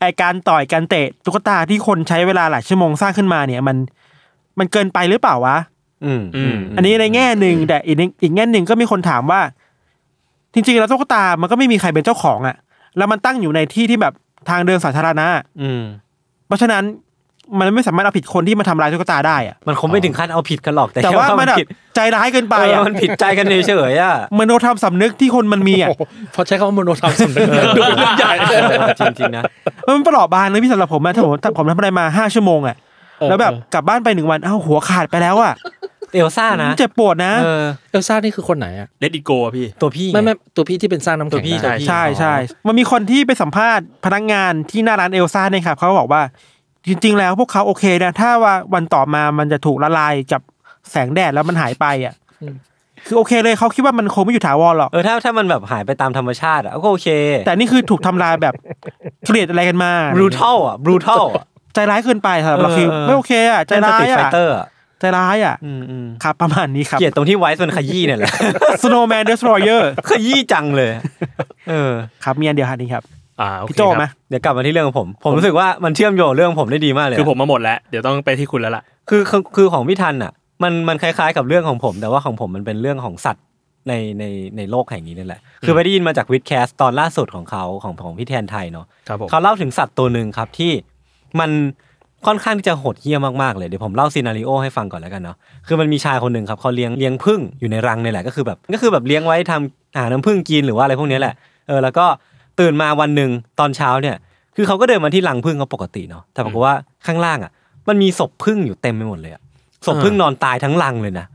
Speaker 3: ไอการต่อยการเตะตุ๊กตาที่คนใช้เวลาหลายชั่วโมงสร้างขึ้นมาเนี่ยมันมันเกินไปหรือเปล่าวะ
Speaker 2: อืมอืม
Speaker 3: อันนี้ในแง่หนึ่งแต่อีกในอีกแง่หนึ่งก็มีคนถามว่า จริงๆแล้วตุ๊กตามันก็ไม่มีใครเป็นเจ้าของอะ่ะ แล้วมันตั้งอยู่ในที่ที่แบบทางเดินสาธารณะ
Speaker 2: อืม
Speaker 3: เพราะฉะนั้นมันไม่สามารถเอาผิดคนที่มาทำลายตุ๊กตาได้อะ่ะ
Speaker 2: มันคงไม่ถึงขั้นเอาผิดกันหรอก แต่
Speaker 3: แต่ว่ามันแบบ
Speaker 2: ผิด
Speaker 3: ใจร้ายเกินไป
Speaker 2: ไป
Speaker 3: อะ
Speaker 2: มันผิดใจกันเฉยๆอ่ะ
Speaker 3: มันโนทำสำนึกที่คนมันมีอ่ะ
Speaker 4: โอ้โหพอใช้คำว่ามโนธรรมสำนึกดูเป็นเรื่องใหญ่
Speaker 2: เออจริงๆนะ
Speaker 3: มันประหลอบบางเลยพี่สำหรับผมนะถ้าผม ผมทำอะไรมาห้าชั่วโมงอ่ะแล้วแบบกลับบ้านไปหนึ่งวันอ้าวหัวขาดไปแล้วอ่ะ
Speaker 2: เอลซ่านะ
Speaker 3: เจ็บปวดนะ
Speaker 2: เออ
Speaker 4: เอลซ่านี่คือคนไหนอ่ะ
Speaker 1: เลดิโกะพี่
Speaker 2: ตัวพี่ง
Speaker 4: ไม่ไม่ตัวพี่ที่เป็นสร้างน้ำ
Speaker 2: ตั
Speaker 4: แข็
Speaker 2: ว
Speaker 4: ง
Speaker 2: พี่
Speaker 4: ได้
Speaker 2: ตัวพี่
Speaker 3: ใช่ใช่มันมีคนที่ไปสัมภาษณ์พนักงานที่หน้าร้านเอลซ่าเนี่ยครับเขาบอกว่าจริง ๆ แล้วพวกเขาโอเคนะ ถ้าว่าวันต่อมามันจะถูกละลายกับแสงแดดแล้วมันหายไปอ่ะ
Speaker 4: อืม
Speaker 3: คือโอเคเลยเขาคิดว่ามันคงไม่อยู่ถาวรหรอก
Speaker 2: เออถ้าถ้ามันแบบหายไปตามธรรมชาติอ่ะก็โอเค
Speaker 3: แต่นี่คือถูกทำลายแบบ เกลียดอะไรกันมา
Speaker 2: บรูทัลอ่ะบรูทัล
Speaker 3: ใจร้ายเกินไปสำหรับเราคือ
Speaker 2: เออ
Speaker 3: ไม่โอเคอ่ะใจร้าย
Speaker 2: ไฟ
Speaker 3: อ่ะ
Speaker 2: เตอร์อ่ะ
Speaker 3: ใจร้ายอ่ะ
Speaker 2: อืมอืม
Speaker 3: ครับประมาณนี้ครับ
Speaker 2: เกลียดตรงที่ไวส์มันขยี้เนี่ยแหละ
Speaker 3: Snowman Destroyer
Speaker 2: ขยี้จังเลย เออ
Speaker 3: ครับมีอันเดียวครับนี่ครับ
Speaker 1: อ่าโอเค
Speaker 3: พี่โจ
Speaker 1: ครับ
Speaker 3: มา
Speaker 2: เดี๋ยวกลับมาที่เรื่องของผม ผมรู้สึกว่ามันเชื่อมโยงเรื่องผมได้ดีมากเลยะ
Speaker 1: คือผมมาหมดแล้ว เดี๋ยวต้องไปที่คุณแล้วล่ะ
Speaker 2: คือคือคือของพี่ทันอ่ะ มันมันคล้ายๆกับเรื่องของผม แต่ว่าของผมมันเป็นเรื่องของสัตว์ในในในโลกแห่งนี้นั่นแหละ คือไปได้ยินมาจากวิดแคสตอนล่าสุดของเขาของของพี่แทนไทยเนาะ
Speaker 1: ครับผม
Speaker 2: เขาเล่าถึงสัตว์ตัวหนึ่งครับที่มันค่อนข้างที่จะโหดเหี้ยมมากๆเลยเดี๋ยวผมเล่าซีนารีโอให้ฟังก่อนแล้วกันเนาะคือมันมีชายคนหนึ่งครับเขาเลี้ยงเลี้ยงผึ้งอยู่ในรังเนี่ยแหละก็คือแบบก็คือแบบเลี้ยงไว้ทำอาหารน้ำผึ้งกินหรือว่าอะไรพวกเนี้ยแหละเออแล้วก็ตื่นมาวันหนึ่งตอนเช้าเนี่ย คือเขาก็เดินมาที่รังผึ้งเขาปกติเนาะแต่ปรากฏว่าข้างล่างอ่ะ มันมีศพผึ้งอยู่เต็มไปหมดเลยอะศพผึ้งนอนตายทั้งรังเลยนะ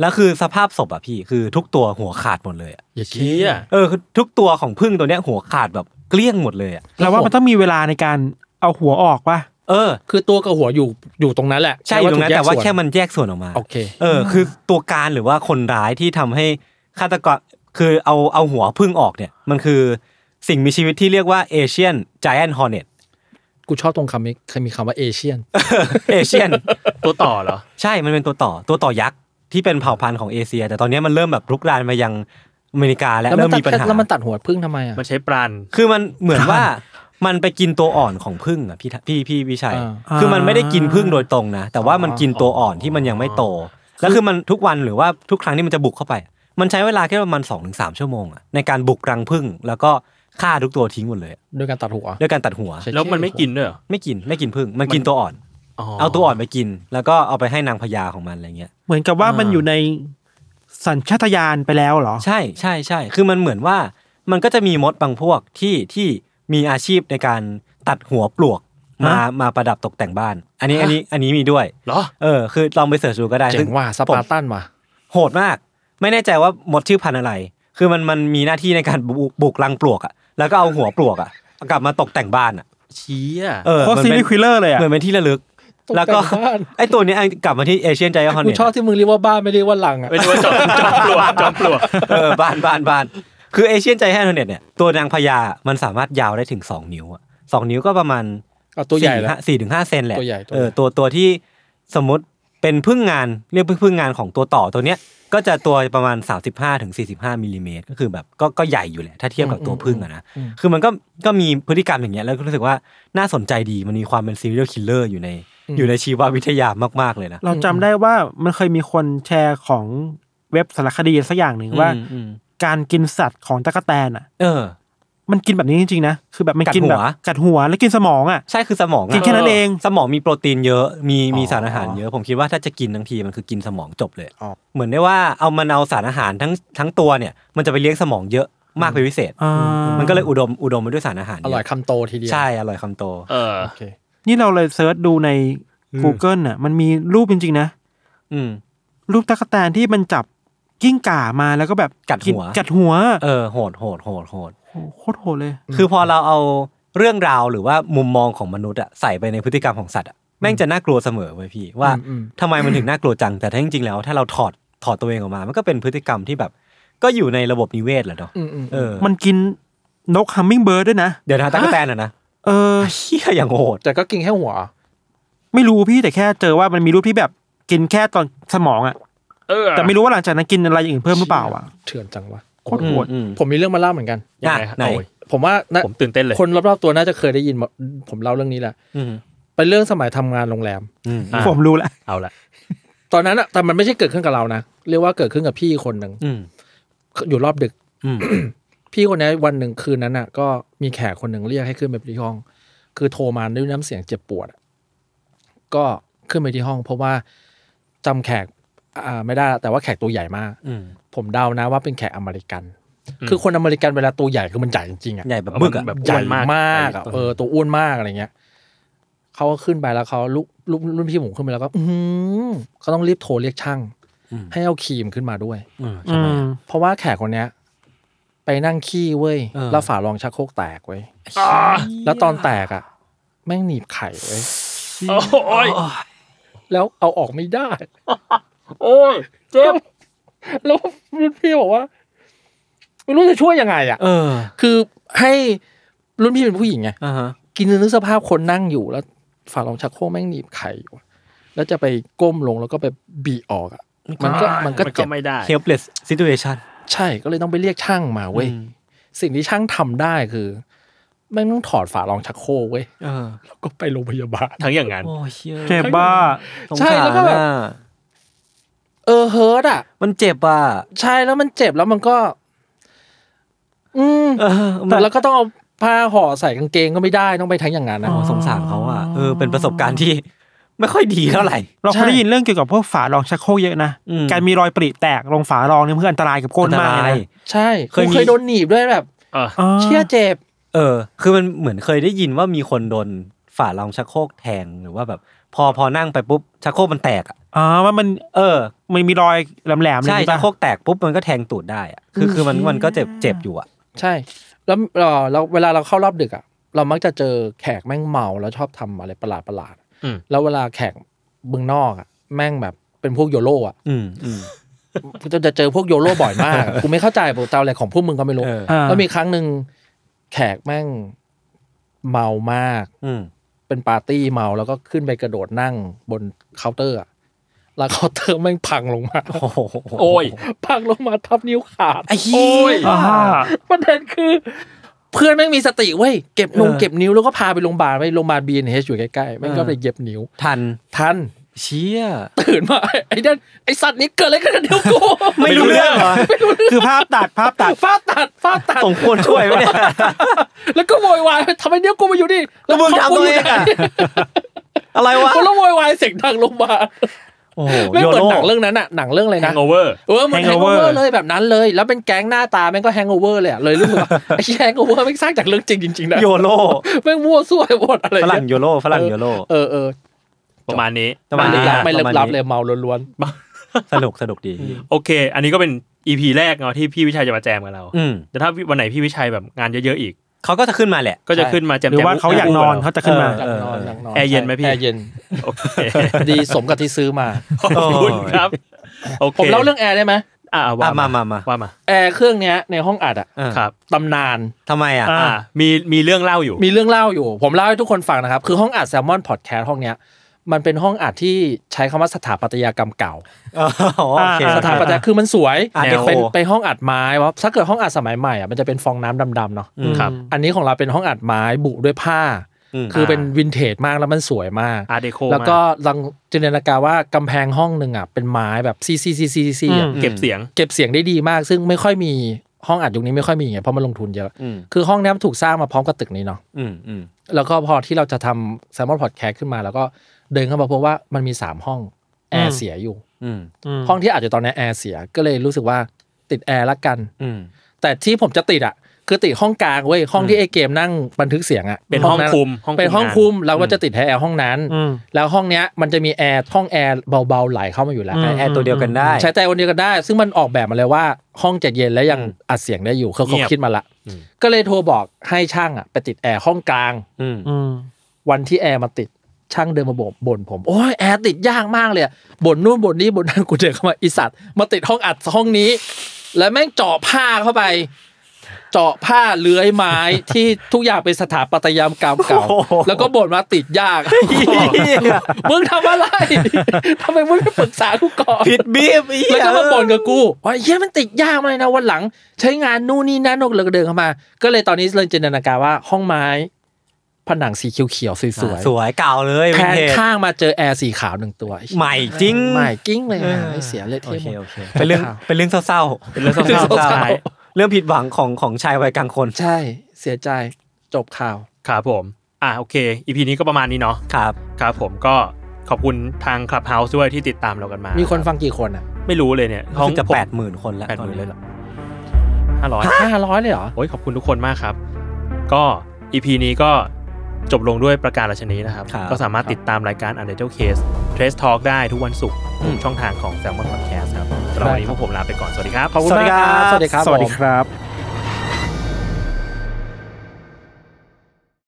Speaker 2: แล้วคือสภาพศพอ่ะพี่คือทุกตัวหัวขาดหมดเลยอะ
Speaker 1: อย่าชี้อ่ะ
Speaker 2: เออคือทุกตัวของผึ้งตัวเนี้ยหัวขาดแบบเกลี้ยงหมดเลยอ่ะ
Speaker 3: เราว่ามันต้องมีเวลาในการเอาหัวออกป่ะ
Speaker 2: เออ
Speaker 4: คือตัวกับหัวอยู่อยู่ตรงนั้นแหละ
Speaker 2: ใช่อยู่ตรงนั้นแต่ว่าแค่
Speaker 4: มัน
Speaker 2: มันแยกส่วนออกมา
Speaker 4: โอเค
Speaker 2: เออ คือตัวการหรือว่าคนร้ายที่ทำให้ฆาตกรคือเอาเอาหัวพึ่งออกเนี่ย มันคือสิ่งมีชีวิตที่เรียกว่าเอเชียนไจแอนฮอร์เน็ต
Speaker 4: กูชอบตรงคำนี้เคยมีคำว่าเอเชียน
Speaker 2: เอเชียน
Speaker 1: ตัวต่อเหรอ
Speaker 2: ใช่ มันเป็นตัวต่อตัวต่อยักษ์ที่เป็นเผ่าพันธุ์ของเอเชีย แต่ตอนนี้มันเริ่มแบบรุกรานมายังอเมริกาและ
Speaker 4: แล้ว
Speaker 2: เริ่
Speaker 4: มั
Speaker 2: มมี
Speaker 4: นตัด
Speaker 2: ปัญหา
Speaker 4: แล้วมันตัดหัวพึ่งทำไมอ่ะ
Speaker 1: มันใช้ปราน
Speaker 2: คือมันเหมือนว่ามันไปกินตัวอ่อนของพึ่งอ่ะพี่ทะพี่พี่วิชัย
Speaker 4: อ่า
Speaker 2: คือมันไม่ได้กินพึ่งโดยตรงนะ แต่ว่ามันกินตัวอ่อนที่มันยังไม่โต แล้วคือมันทุกวันหรือว่าทุกครั้งที่มันจะบุกเข้าไป มันใช้เวลาแค่ประมาณ2อถึงสชั่วโมงอ่ะในการบุกรังพึ่งแล้วก็ฆ่าทุกตัวทิ้งหมดเลยอะ
Speaker 4: โดยการตัดหัว
Speaker 2: ด้วยการตัดหัว
Speaker 4: ใช้
Speaker 1: แล้วมันไม่กินด้วยเหรอ
Speaker 2: ไม่กินไม่กินพึ่งมันกินตัวอ่อน เอาตัวอ่อนไปกิน แล้วก็เอาไปให้นางพญาของมันอะไรเงี้ย
Speaker 3: เหมือนกับว่า
Speaker 2: อ่ามั
Speaker 3: มันอยู่ในสัญชาตญาณไปแล้วเหรอ
Speaker 2: ใช่ใช่ใช่คือมันเหมือนว่ามันก็จะมีมดบางพวกที่ที่มีอาชีพในการตัดหัวปลวกมา
Speaker 3: ฮะ
Speaker 2: มาประดับตกแต่งบ้าน อันนี้อันนี้อันนี้มีด้วย
Speaker 1: เหรอ
Speaker 2: เออ คือลองไปเสิร์ชดูก็ได้
Speaker 4: เจ๋
Speaker 2: ซึ่
Speaker 4: งว่ะสปา
Speaker 2: ผ
Speaker 4: ร์
Speaker 2: ม
Speaker 4: ตันว่ะ
Speaker 2: โหดมาก ไม่แน่ใจว่ามดชื่อพันธุ์อะไร คือมันมันมีหน้าที่ในการบุกบุกรังปลวกอะแล้วก็เอาหัวปลวกอะกลับมาตกแต่งบ้านอะ
Speaker 1: เชี้อ่ะ
Speaker 2: เออ
Speaker 3: โคตร
Speaker 2: มัน
Speaker 3: ซี
Speaker 2: เป็
Speaker 3: รี
Speaker 2: น
Speaker 3: ส์คิลเลอร์เลยอ่ะ
Speaker 2: เหมือนเป็นที่ระลึก
Speaker 4: ตใจ
Speaker 2: แล้วก็
Speaker 4: บ้าน
Speaker 2: ไอตัวเนี้ยกลับมาที่เอเชียนใจคอน
Speaker 4: กู
Speaker 2: เน็
Speaker 4: ชอบที่มึงเรียกว่าบ้านไม่เรียกว่าหลังอ่ะ
Speaker 1: เป็นว่าจอมจอมปลวกจอมปลวก
Speaker 2: เออบ้านบ้านบ้านคือเอเชียนใจคอนเน็ตเนี่ยตัวนางพญามันสามารถยาวได้ถึงสองนิ้วอะสองนิ้วก็ประมาณ
Speaker 4: เอาตัวใหญ่
Speaker 2: สี่
Speaker 4: ละ
Speaker 2: ห้าสี่ถึงห้าเซนแหละ
Speaker 4: ตัวใหญ่ตัวใหญ่
Speaker 2: เออตัวตัวที่สมมติเป็นพึ่งงานเรียกพึ่งงานของตัวต่อตัวเนี้ยก็จะตัวประมาณ 35ถึง45มิลลิเมตรก็คือแบบก็ก็ใหญ่อยู่แหละถ้าเทียบกับตัวพึ่งอะนะคือมันก็ก็มีพฤติกรรมอย่างเงี้ยแล้วก็รู้สึกว่าน่าสนใจดีมันมีความเป็นซีเรียลคิลเลอร์อยู่ในอยู่ในชีววิทยามากๆเลยนะ
Speaker 3: เราจำได้ว่ามันเคยมีคนแชร์ของเว็บสารคดีสักอย่างหนึ่งว่า
Speaker 2: อืมอืม
Speaker 3: การกินสัตว์ของตะกแตนอ่ะ
Speaker 2: เออ
Speaker 3: มันกินแบบนี้จริงๆนะ คือแบบมันกินแบบ
Speaker 2: กัดหัว
Speaker 3: กัดหัวแล้วกินสมองอ่ะ
Speaker 2: ใช่คือสมองอะ
Speaker 3: กินแค่นั้นเอง
Speaker 2: สมองมีโปรตีนเยอะมีมี
Speaker 3: อ๋อ
Speaker 2: สารอาหารเยอะผมคิดว่าถ้าจะกินทั้งทีมันคือกินสมองจบเลย
Speaker 3: อ๋อ
Speaker 2: เหมือนได้ว่าเอามันเอาสารอาหารทั้งทั้งตัวเนี่ย มันจะไปเลี้ยงสมองเยอะมากเป็นพิเศษ
Speaker 3: อ่า
Speaker 2: มันก็เลยอุดมอุดมไปด้วยสารอาหาร
Speaker 4: อร่อย
Speaker 2: เะ
Speaker 4: คำโตทีเดียว
Speaker 2: ใช่อร่อยคำโต
Speaker 1: เออ
Speaker 4: โอเค
Speaker 3: นี่เราเลยเซิร์ชดูใน
Speaker 2: อืม
Speaker 3: Google น่ะ มันมีรูปจริงๆนะ
Speaker 2: อืม
Speaker 3: รูปตะกแตนที่มันจับกิ้งก่ามาแล้วก็แบบ
Speaker 2: กัดหัว
Speaker 3: กัดหัว
Speaker 2: เออโหดโหดโหดโหด
Speaker 3: โอ้โหโคตรโหดเลย
Speaker 2: คือพอเราเอาเรื่องราวหรือว่ามุมมองของมนุษย์อะใส่ไปในพฤติกรรมของสัตว์อะแม่งจะน่ากลัวเสมอเว้ยพี่ว่าทำไมมันถึงน่ากลัวจังแต่ถ้าจริงๆแล้ว ถ้าเราถอดถอดตัวเองออกมา มันก็เป็นพฤติกรรมที่แบบ ก็อยู่ในระบบนิเวศแหละเนาะ
Speaker 4: อืมอืม
Speaker 2: เออ
Speaker 3: มันกินนกฮัมมิงเบิร์ดด้วยนะ
Speaker 2: เดี๋ยวนะตะกแตนอะนะ
Speaker 3: เออ
Speaker 2: เฮียอย่างโหด
Speaker 4: แต่ก็กินแค่หัวเหรอ
Speaker 3: ไม่รู้พี่แต่แค่เจอว่ามันมีรูปที่แบบกินแค่ตอนสมองอ่ะ
Speaker 1: เออ
Speaker 3: แต่ไม่รู้ว่าหลังจากนั้นกินอะไรอย่างอื่นเพิ่มหรือเปล่าอ่ะ
Speaker 4: เถื่อนจังวะ
Speaker 3: โคตรโหด
Speaker 2: อืม
Speaker 4: ผมมีเรื่องมาเล่าเหมือนกัน
Speaker 1: ยังไงฮะ
Speaker 2: ไหน
Speaker 1: โอ้ย
Speaker 4: ผมว่านะ
Speaker 1: ผมตื่นเต้นเลย
Speaker 4: คนรอบๆตัวน่าจะเคยได้ยินมาผมเล่าเรื่องนี้แหละ
Speaker 2: อืม
Speaker 4: เป็นเรื่องสมัยทำงานโรงแรม
Speaker 2: อืม
Speaker 1: อ่ะ
Speaker 3: ผมรู้แล้ว
Speaker 1: เอาละ
Speaker 4: ตอนนั้นอะแต่มันไม่ใช่เกิดขึ้นกับเรานะ เรียกว่าเกิดขึ้นกับพี่คนหนึ่ง
Speaker 2: อืม
Speaker 4: อยู่รอบดึก
Speaker 2: อืม
Speaker 4: พี่คนนี้วันหนึ่งคืนนั้นอะก็มีแขกคนหนึ่งเรียกให้ขึ้นไปที่ห้อง คือโทรมาด้วยน้ำเสียงเจ็บปวดอะก็ขึ้นไปที่ห้อง เพราะว่าจำแขกอ่าไม่ได้ละแต่ว่าแขกตัวใหญ่มาก
Speaker 2: อืม
Speaker 4: ผมเดานะว่าเป็นแขกอเมริกัน คือคนอเมริกันเวลาตัวใหญ่คือมันใหญ่จริงๆอะ
Speaker 2: ใหญ่แบบมึกอะ
Speaker 1: แบบ
Speaker 4: ใหญ่
Speaker 1: อ้วน
Speaker 4: มากอะ
Speaker 1: ใหญ่
Speaker 4: เออตัวอ้วนมากอะไรเงี้ยเขาก็ขึ้นไปแล้วเขาลูกลูกรุ่นพี่ผมขึ้นไปแล้วก็ อือหือเขาต้องรีบโทรเรียกช่าง ให้เอาครีมขึ้นมาด้วย
Speaker 2: อืมใช่
Speaker 3: อื
Speaker 2: ไหม
Speaker 3: ม
Speaker 4: เพราะว่าแขกคนเนี้ย ไปนั่งขี้เว้ย
Speaker 2: เออ
Speaker 4: แล้วฝารองชักโครกแตกเว้ยแล้วตอนแตกอ่ะ แม่งหนีบไข่เว้ย
Speaker 1: โอ้ย
Speaker 4: แล้วเอาออกไม่ได้
Speaker 1: โอ้ยเจ็บ
Speaker 4: แล้วรุ่นพี่บอกว่าไม่รู้จะช่วยยังไงอ่ะ
Speaker 2: เออ
Speaker 4: คือให้รุ่นพี่เป็นผู้หญิงไง
Speaker 2: อ่าฮะ
Speaker 4: กินนึกสภาพคนนั่งอยู่แล้วฝารองชักโครกแม่งหนีบไข่อยู่อะแล้วจะไปก้มลงแล้วก็ไปบีออกอ่ะ มันก็มันก็เจ็บ
Speaker 1: ไม่ได้
Speaker 2: เฮลเ e สซิทูเอชัน
Speaker 4: ใช่ก็เลยต้องไปเรียกช่างมาเว้ย
Speaker 2: อืม
Speaker 4: สิ่งที่ช่างทำได้คือแม่งต้องถอดฝารองชักโครกเว้ย
Speaker 2: เออ
Speaker 4: แล้วก็ไปโรงพยาบาล
Speaker 1: ทั้งอย่างนั้น
Speaker 2: โอ้ยเชี่ย
Speaker 3: เจ็บบ้า
Speaker 2: สง
Speaker 4: ใช่
Speaker 2: สาร
Speaker 4: แล้วก็แบบ
Speaker 2: อะ
Speaker 4: เออเฮิร์ตอ่ะ
Speaker 2: มันเจ็บอ่ะ
Speaker 4: ใช่แล้วมันเจ็บแล้วมันก็ อืม
Speaker 2: เออมัน
Speaker 4: แต่แล้วก็ต้องเอาผ้าห่อใส่กางเกงก็ไม่ได้ต้องไปทั้งอย่างนั้นนะ
Speaker 2: โอ้สงสารเขาอ่ะเออเป็นประสบการณ์ที่ ไม่ค่อยดีเท่าไหร่
Speaker 3: เราเค
Speaker 4: ใช่
Speaker 3: ยได้ยินเรื่องเกี่ยวกับพวกฝารองชักโครกเยอะนะ
Speaker 2: อืม
Speaker 3: การมีรอยปริแตกลงฝารองเนี่ยมันคืออันตรายกับก้นมากเล
Speaker 2: อั
Speaker 3: ย
Speaker 2: ตร
Speaker 3: นะ
Speaker 2: ย
Speaker 4: ใช่
Speaker 2: เคยมี
Speaker 4: กูเคยโดนหนีบด้วยแบบ
Speaker 1: เออ
Speaker 3: อ๋อ
Speaker 4: เชี่ยเจ็บ
Speaker 2: เออ คือมันเหมือนเคยได้ยินว่ามีคนโดนฝ่ารองชักโครกแทงหรือว่าแบบ พอพอนั่งไปปุ๊บชักโครกมันแตกอ่ะ
Speaker 3: อ๋อว่ามัน
Speaker 2: เออ
Speaker 3: มันมีรอยแหลมๆเลย
Speaker 2: ใช่
Speaker 3: นี่ปะ
Speaker 2: ชักโครกแตกปุ๊บมันก็แทงตูดได้อ่ะคือคือมันมันก็เจ็บเจ็บอยู่อ่ะ
Speaker 4: ใช่ แล้วเอ่อเราเวลาเราเข้ารอบดึกอ่ะ เรามักจะเจอแขกแม่งเมาแล้วชอบทำอะไรประหลาดประหลาดๆ
Speaker 1: อืม
Speaker 4: แล้วเวลาแขกเมืองนอกอ่ะ แม่งแบบเป็นพวกโยโร่อ่ะ
Speaker 2: อืมอืม
Speaker 4: กูจะเจอพวกโยโร่บ่อยมากอะ กูไม่เข้าใจปกติอะไรของพวกมึงก็ไม่รู้
Speaker 2: เออ
Speaker 4: แล้วมีครั้งหนึ่งแขกแม่งเมามาก
Speaker 2: อืม
Speaker 4: เป็นปาร์ตี้เมาแล้วก็ขึ้นไปกระโดดนั่งบนเคาน์เตอร์อะแล้วเคาน์เตอร์แม่งพังลงมา
Speaker 2: โอ้โห
Speaker 1: โอ้ย
Speaker 4: พังลงมาทับนิ้วขาด
Speaker 2: ไอ้เหี้
Speaker 1: โอ้ย
Speaker 2: ย
Speaker 4: ประเด็นคือ เพื่อนแม่งมีสติเว้ยเก็บนุ่ง
Speaker 2: เออ
Speaker 4: เก็บนิ้วแล้วก็พาไปโรงพยาบาลไปโรงพยาบาลบีเอชอยู่ใกล้ๆแม่งก็
Speaker 2: เออ
Speaker 4: ไปเย็บนิ้ว
Speaker 2: ทัน
Speaker 4: ทัน
Speaker 2: เชี่ย
Speaker 4: ตื่นมา ไอ้นั่นไอ้สัตว์นี้เกิดอะไรขึ้นกับนิ้วกู
Speaker 2: ไม่รู้เรื่องเหรอ
Speaker 4: ไม่รู้เรื่อง
Speaker 3: คือภาพตัดภาพตัด
Speaker 4: ฟาดตัดฟาดตัด
Speaker 2: สมควรช่วยไหมเนี่ย
Speaker 4: แล้วก็โวยวายทำไมนิ้วกูมาอยู่นี่
Speaker 2: แล้วมึง
Speaker 4: ครบ
Speaker 2: ทำตัวเองอะ อะไรวะ
Speaker 4: กูแล้วโวยวายเสียงดังลงมา
Speaker 2: โอ้โห
Speaker 4: ไม่ง
Speaker 2: โย
Speaker 4: เหมือ
Speaker 2: โร่
Speaker 4: นหนังเรื่องนั้นอะหนังเรื่องอะไร
Speaker 1: แฮ
Speaker 4: นะ
Speaker 1: งโอเวอร์
Speaker 4: เออมันแฮงโอเว
Speaker 3: Hangover
Speaker 4: อร์เลยแบบนั้นเลย แล้วเป็นแก๊งหน้าตาแม่งก็แฮงโอเวอร์เลยอะเลยรู้สึกว่า ไอ้แฮงโอเวอร์แม่งสร้างจากเรื่องจริงจริงๆนะ
Speaker 2: โยโร่
Speaker 4: แม่งมั่วซั่วไปหมดอะไร
Speaker 2: ฝ
Speaker 4: เงี้ย
Speaker 2: รั่งโยโร่ฝรั่งโยโร่
Speaker 4: เออเออ
Speaker 1: ประมาณนี้
Speaker 2: ประ
Speaker 4: ไม่
Speaker 2: มาณ
Speaker 4: ลึ
Speaker 2: นี้
Speaker 4: กลับไม่ลึกลับ
Speaker 2: ประาณนี้
Speaker 4: เลยเมาล้วน
Speaker 2: สนุกสนุกดี
Speaker 1: โอเค อันนี้ก็เป็นอีพีแรกเนาะที่พี่วิชัยจะมาแจมกับเรา
Speaker 2: อืม
Speaker 1: แต่ถ้าวันไหนพี่วิชัยแบบงานเยอะๆอีก
Speaker 2: เขาก็จะขึ้นมาแหละ
Speaker 1: ก็จะขึ้นมาแจม
Speaker 3: หรือว่า
Speaker 1: แจม
Speaker 3: เขาอยากนอนเขาจะขึ้นมา
Speaker 4: อยากนอนอยากนอน
Speaker 1: แอร์เย็นไหมพี่
Speaker 4: แอร์เย็น
Speaker 1: โอเค
Speaker 4: ดีสมกับที่ซื้อมา
Speaker 1: ขอบคุณครับโอเค
Speaker 4: ผมเล่าเรื่องแอร์ได้ไหม
Speaker 1: อ่าว่า
Speaker 2: อ่ะมามามา
Speaker 1: ว่ามา
Speaker 4: แอร์เครื่องเนี้ยในห้องอัดอะ
Speaker 2: เออ
Speaker 1: ครับ
Speaker 4: ตำนาน
Speaker 2: ทำไมอ่ะ
Speaker 1: อ่ามีมีเรื่องเล่าอยู่
Speaker 4: มีเรื่องเล่าอยู่ ผมเล่าให้ทุกคนฟังนะครับ คือห้องอัดแซลมอนพอดแคสต์ห้องเนี้ย มันเป็นห้องอัดที่ใช้คำว่าสถาปัตยกรรมเก่า
Speaker 2: อ๋อโอเค
Speaker 3: อ่า
Speaker 4: สถาปัตยคือมันสวย
Speaker 2: อ่ะ
Speaker 4: เป็น
Speaker 2: แนว
Speaker 4: เป็นเป็นห้องอัดไม้ว่าถ้าเกิดห้องอัดสมัยใหม่อ่ะมันจะเป็นฟองน้ำดำๆเนาะ
Speaker 2: อืม
Speaker 1: ครับ
Speaker 4: อันนี้ของเราเป็นห้องอัดไม้บุด้วยผ้า
Speaker 2: อืม
Speaker 4: คือเป็นวินเทจมากแล้วมันสวยมาก
Speaker 1: อาร์เดโค
Speaker 4: แล้วก็ลองจินตนาการว่ากำแพงห้องหนึ่งอ่ะเป็นไม้แบบซีซีซีซีซีอ่ะ
Speaker 3: อืม
Speaker 1: เก็บเสียง
Speaker 4: เก็บเสียงได้ดีมาก ซึ่งไม่ค่อยมีห้องอัดยุคนี้ไม่ค่อยมีไงเพราะมันลงทุนเยอะ
Speaker 2: อืม
Speaker 4: คือห้องเนี้ยมันถูกสร้างมาพร้อมกับตึกนี้เนาะ
Speaker 2: อืมอืม
Speaker 4: แล้วก็พอที่เราจะทำแซมมอนพอดแคสต์ขึ้นมา แล้วก็เดินเข้ามาพบว่ามันมี 3 ห้องแอ
Speaker 3: อื
Speaker 4: ร์
Speaker 3: ม
Speaker 4: เสียอยู่
Speaker 2: อืม
Speaker 3: ม
Speaker 4: ห้องที่อาจจะตอนนี้แอร์เสียก็เลยรู้สึกว่าติดแอร์ละกัน
Speaker 2: อืม
Speaker 4: แต่ที่ผมจะติดอ่ะ คือติดห้องกลางเว้ยห้องที่ไอเกมนั่งบันทึกเสียงอ่ะ
Speaker 1: เป็นห้อง
Speaker 4: นั้น
Speaker 1: คุมห้องคุม
Speaker 4: เป็นห้อง
Speaker 1: งาน
Speaker 4: คุมเราก็จะติดแอร์ห้องนั้น
Speaker 3: อืม
Speaker 4: แล้วห้องเนี้ยมันจะมีแอร์ห้องแอร์เบาๆไหลเข้ามาอยู่แล้ว
Speaker 3: อืม
Speaker 2: แอร์ตัวเดียวกันได้
Speaker 4: ใช้แต่คนเดียวกันได้ ซึ่งมันออกแบบมาเลยว่าห้องเจ็ดเย็นและยังอัดเสียงได้อยู่เขา
Speaker 1: เงียบ
Speaker 4: คิดมาละ ก็เลยโทรบอกให้ช่างอ่ะไปติดแอร์ห้องกลาง
Speaker 2: อืม
Speaker 3: อืม
Speaker 4: วันที่แอร์มาติดช่างเดินมาบ่นบ่นผมโอ้ยแอร์ติดยากมากเลยอะบ่นนู่นบ่นนี่บ่นนั่นกูเดินเข้ามาอีสัตว์มาติดห้องอัดห้องนี้ แล้วแม่งเจาะผ้าเข้าไป เจาะผ้าเลื้อยไม้ ที่ทุกอย่างเป็นสถาปัตยกรรมเก่า
Speaker 2: โอ้โห
Speaker 4: แล้วก็บ่นว่าติดยาก มึงทำอะไรทำไมมึงไม่ปรึกษากูก่อน
Speaker 2: ผิดบีบอี
Speaker 4: แล้วก็มาบ่นกับกูว่าเฮียมันติดยากมากเลยนะวันหลัง ใช้งานนู่นนี่นั่นนกเลยก็เดินเข้ามา ก็เลยตอนนี้เลยจินตนาการว่าห้องไม้ ผนังสีเขียวๆสวย
Speaker 2: สวยเก่าเลย
Speaker 4: ๆแท
Speaker 2: วิน
Speaker 4: น
Speaker 2: เทจ
Speaker 4: ข้างมาเจอแอร์สีขาวหนึ่งตัว
Speaker 2: ใหม่จริง
Speaker 4: ใหม่กิ้งเลย
Speaker 2: เออ
Speaker 4: อ่ะไม่เสียเลย
Speaker 2: โอเค
Speaker 4: เท่หมด
Speaker 2: โอเคเป็นเรื่อง
Speaker 4: ข่าว
Speaker 2: เป็นเรื่องเศร้าๆ
Speaker 1: เป็นเรื่องเศร้าๆ
Speaker 2: ใช่เรื่องผิดหวังของของชายวัยกลางคน
Speaker 4: ใช่เสียใจจบข่าว
Speaker 1: ครับผม อ่าโอเคอีพีนี้ก็ประมาณนี้เนาะ
Speaker 2: ครับ
Speaker 1: ครับผมก็ขอบคุณทาง Clubhouse ด้วยที่ติดตามเรากันมา
Speaker 4: มี
Speaker 1: มี
Speaker 4: คนฟังกี่คนอ่ะ
Speaker 1: ไม่รู้เลยเนี่ย
Speaker 2: เขาจะ
Speaker 1: ผม
Speaker 2: แปดหมื่นคนแล้ว
Speaker 1: แปด
Speaker 2: ต
Speaker 1: ห
Speaker 2: อน
Speaker 1: มื่น
Speaker 2: นี้
Speaker 1: เลยเหรอห้าร้อย
Speaker 4: ห้าร้อยเลยเหรอ
Speaker 1: โอ้ยขอบคุณทุกคนมากครับ ก็อีพีนี้ก็จบลงด้วยประกาศราชนี้นะครับ
Speaker 2: ครับ
Speaker 1: ก็สามารถติดตามรายการ u n d e r t a l e Case Trace Talk ได้ทุกวันศุกร์ช่องทางของ Salmon Podcast ครับสำหรับวันนี้พวกผมลาไปก่อนสวัสดีครับ
Speaker 4: ขอบคุณมากครับ
Speaker 3: สวัสดีครับ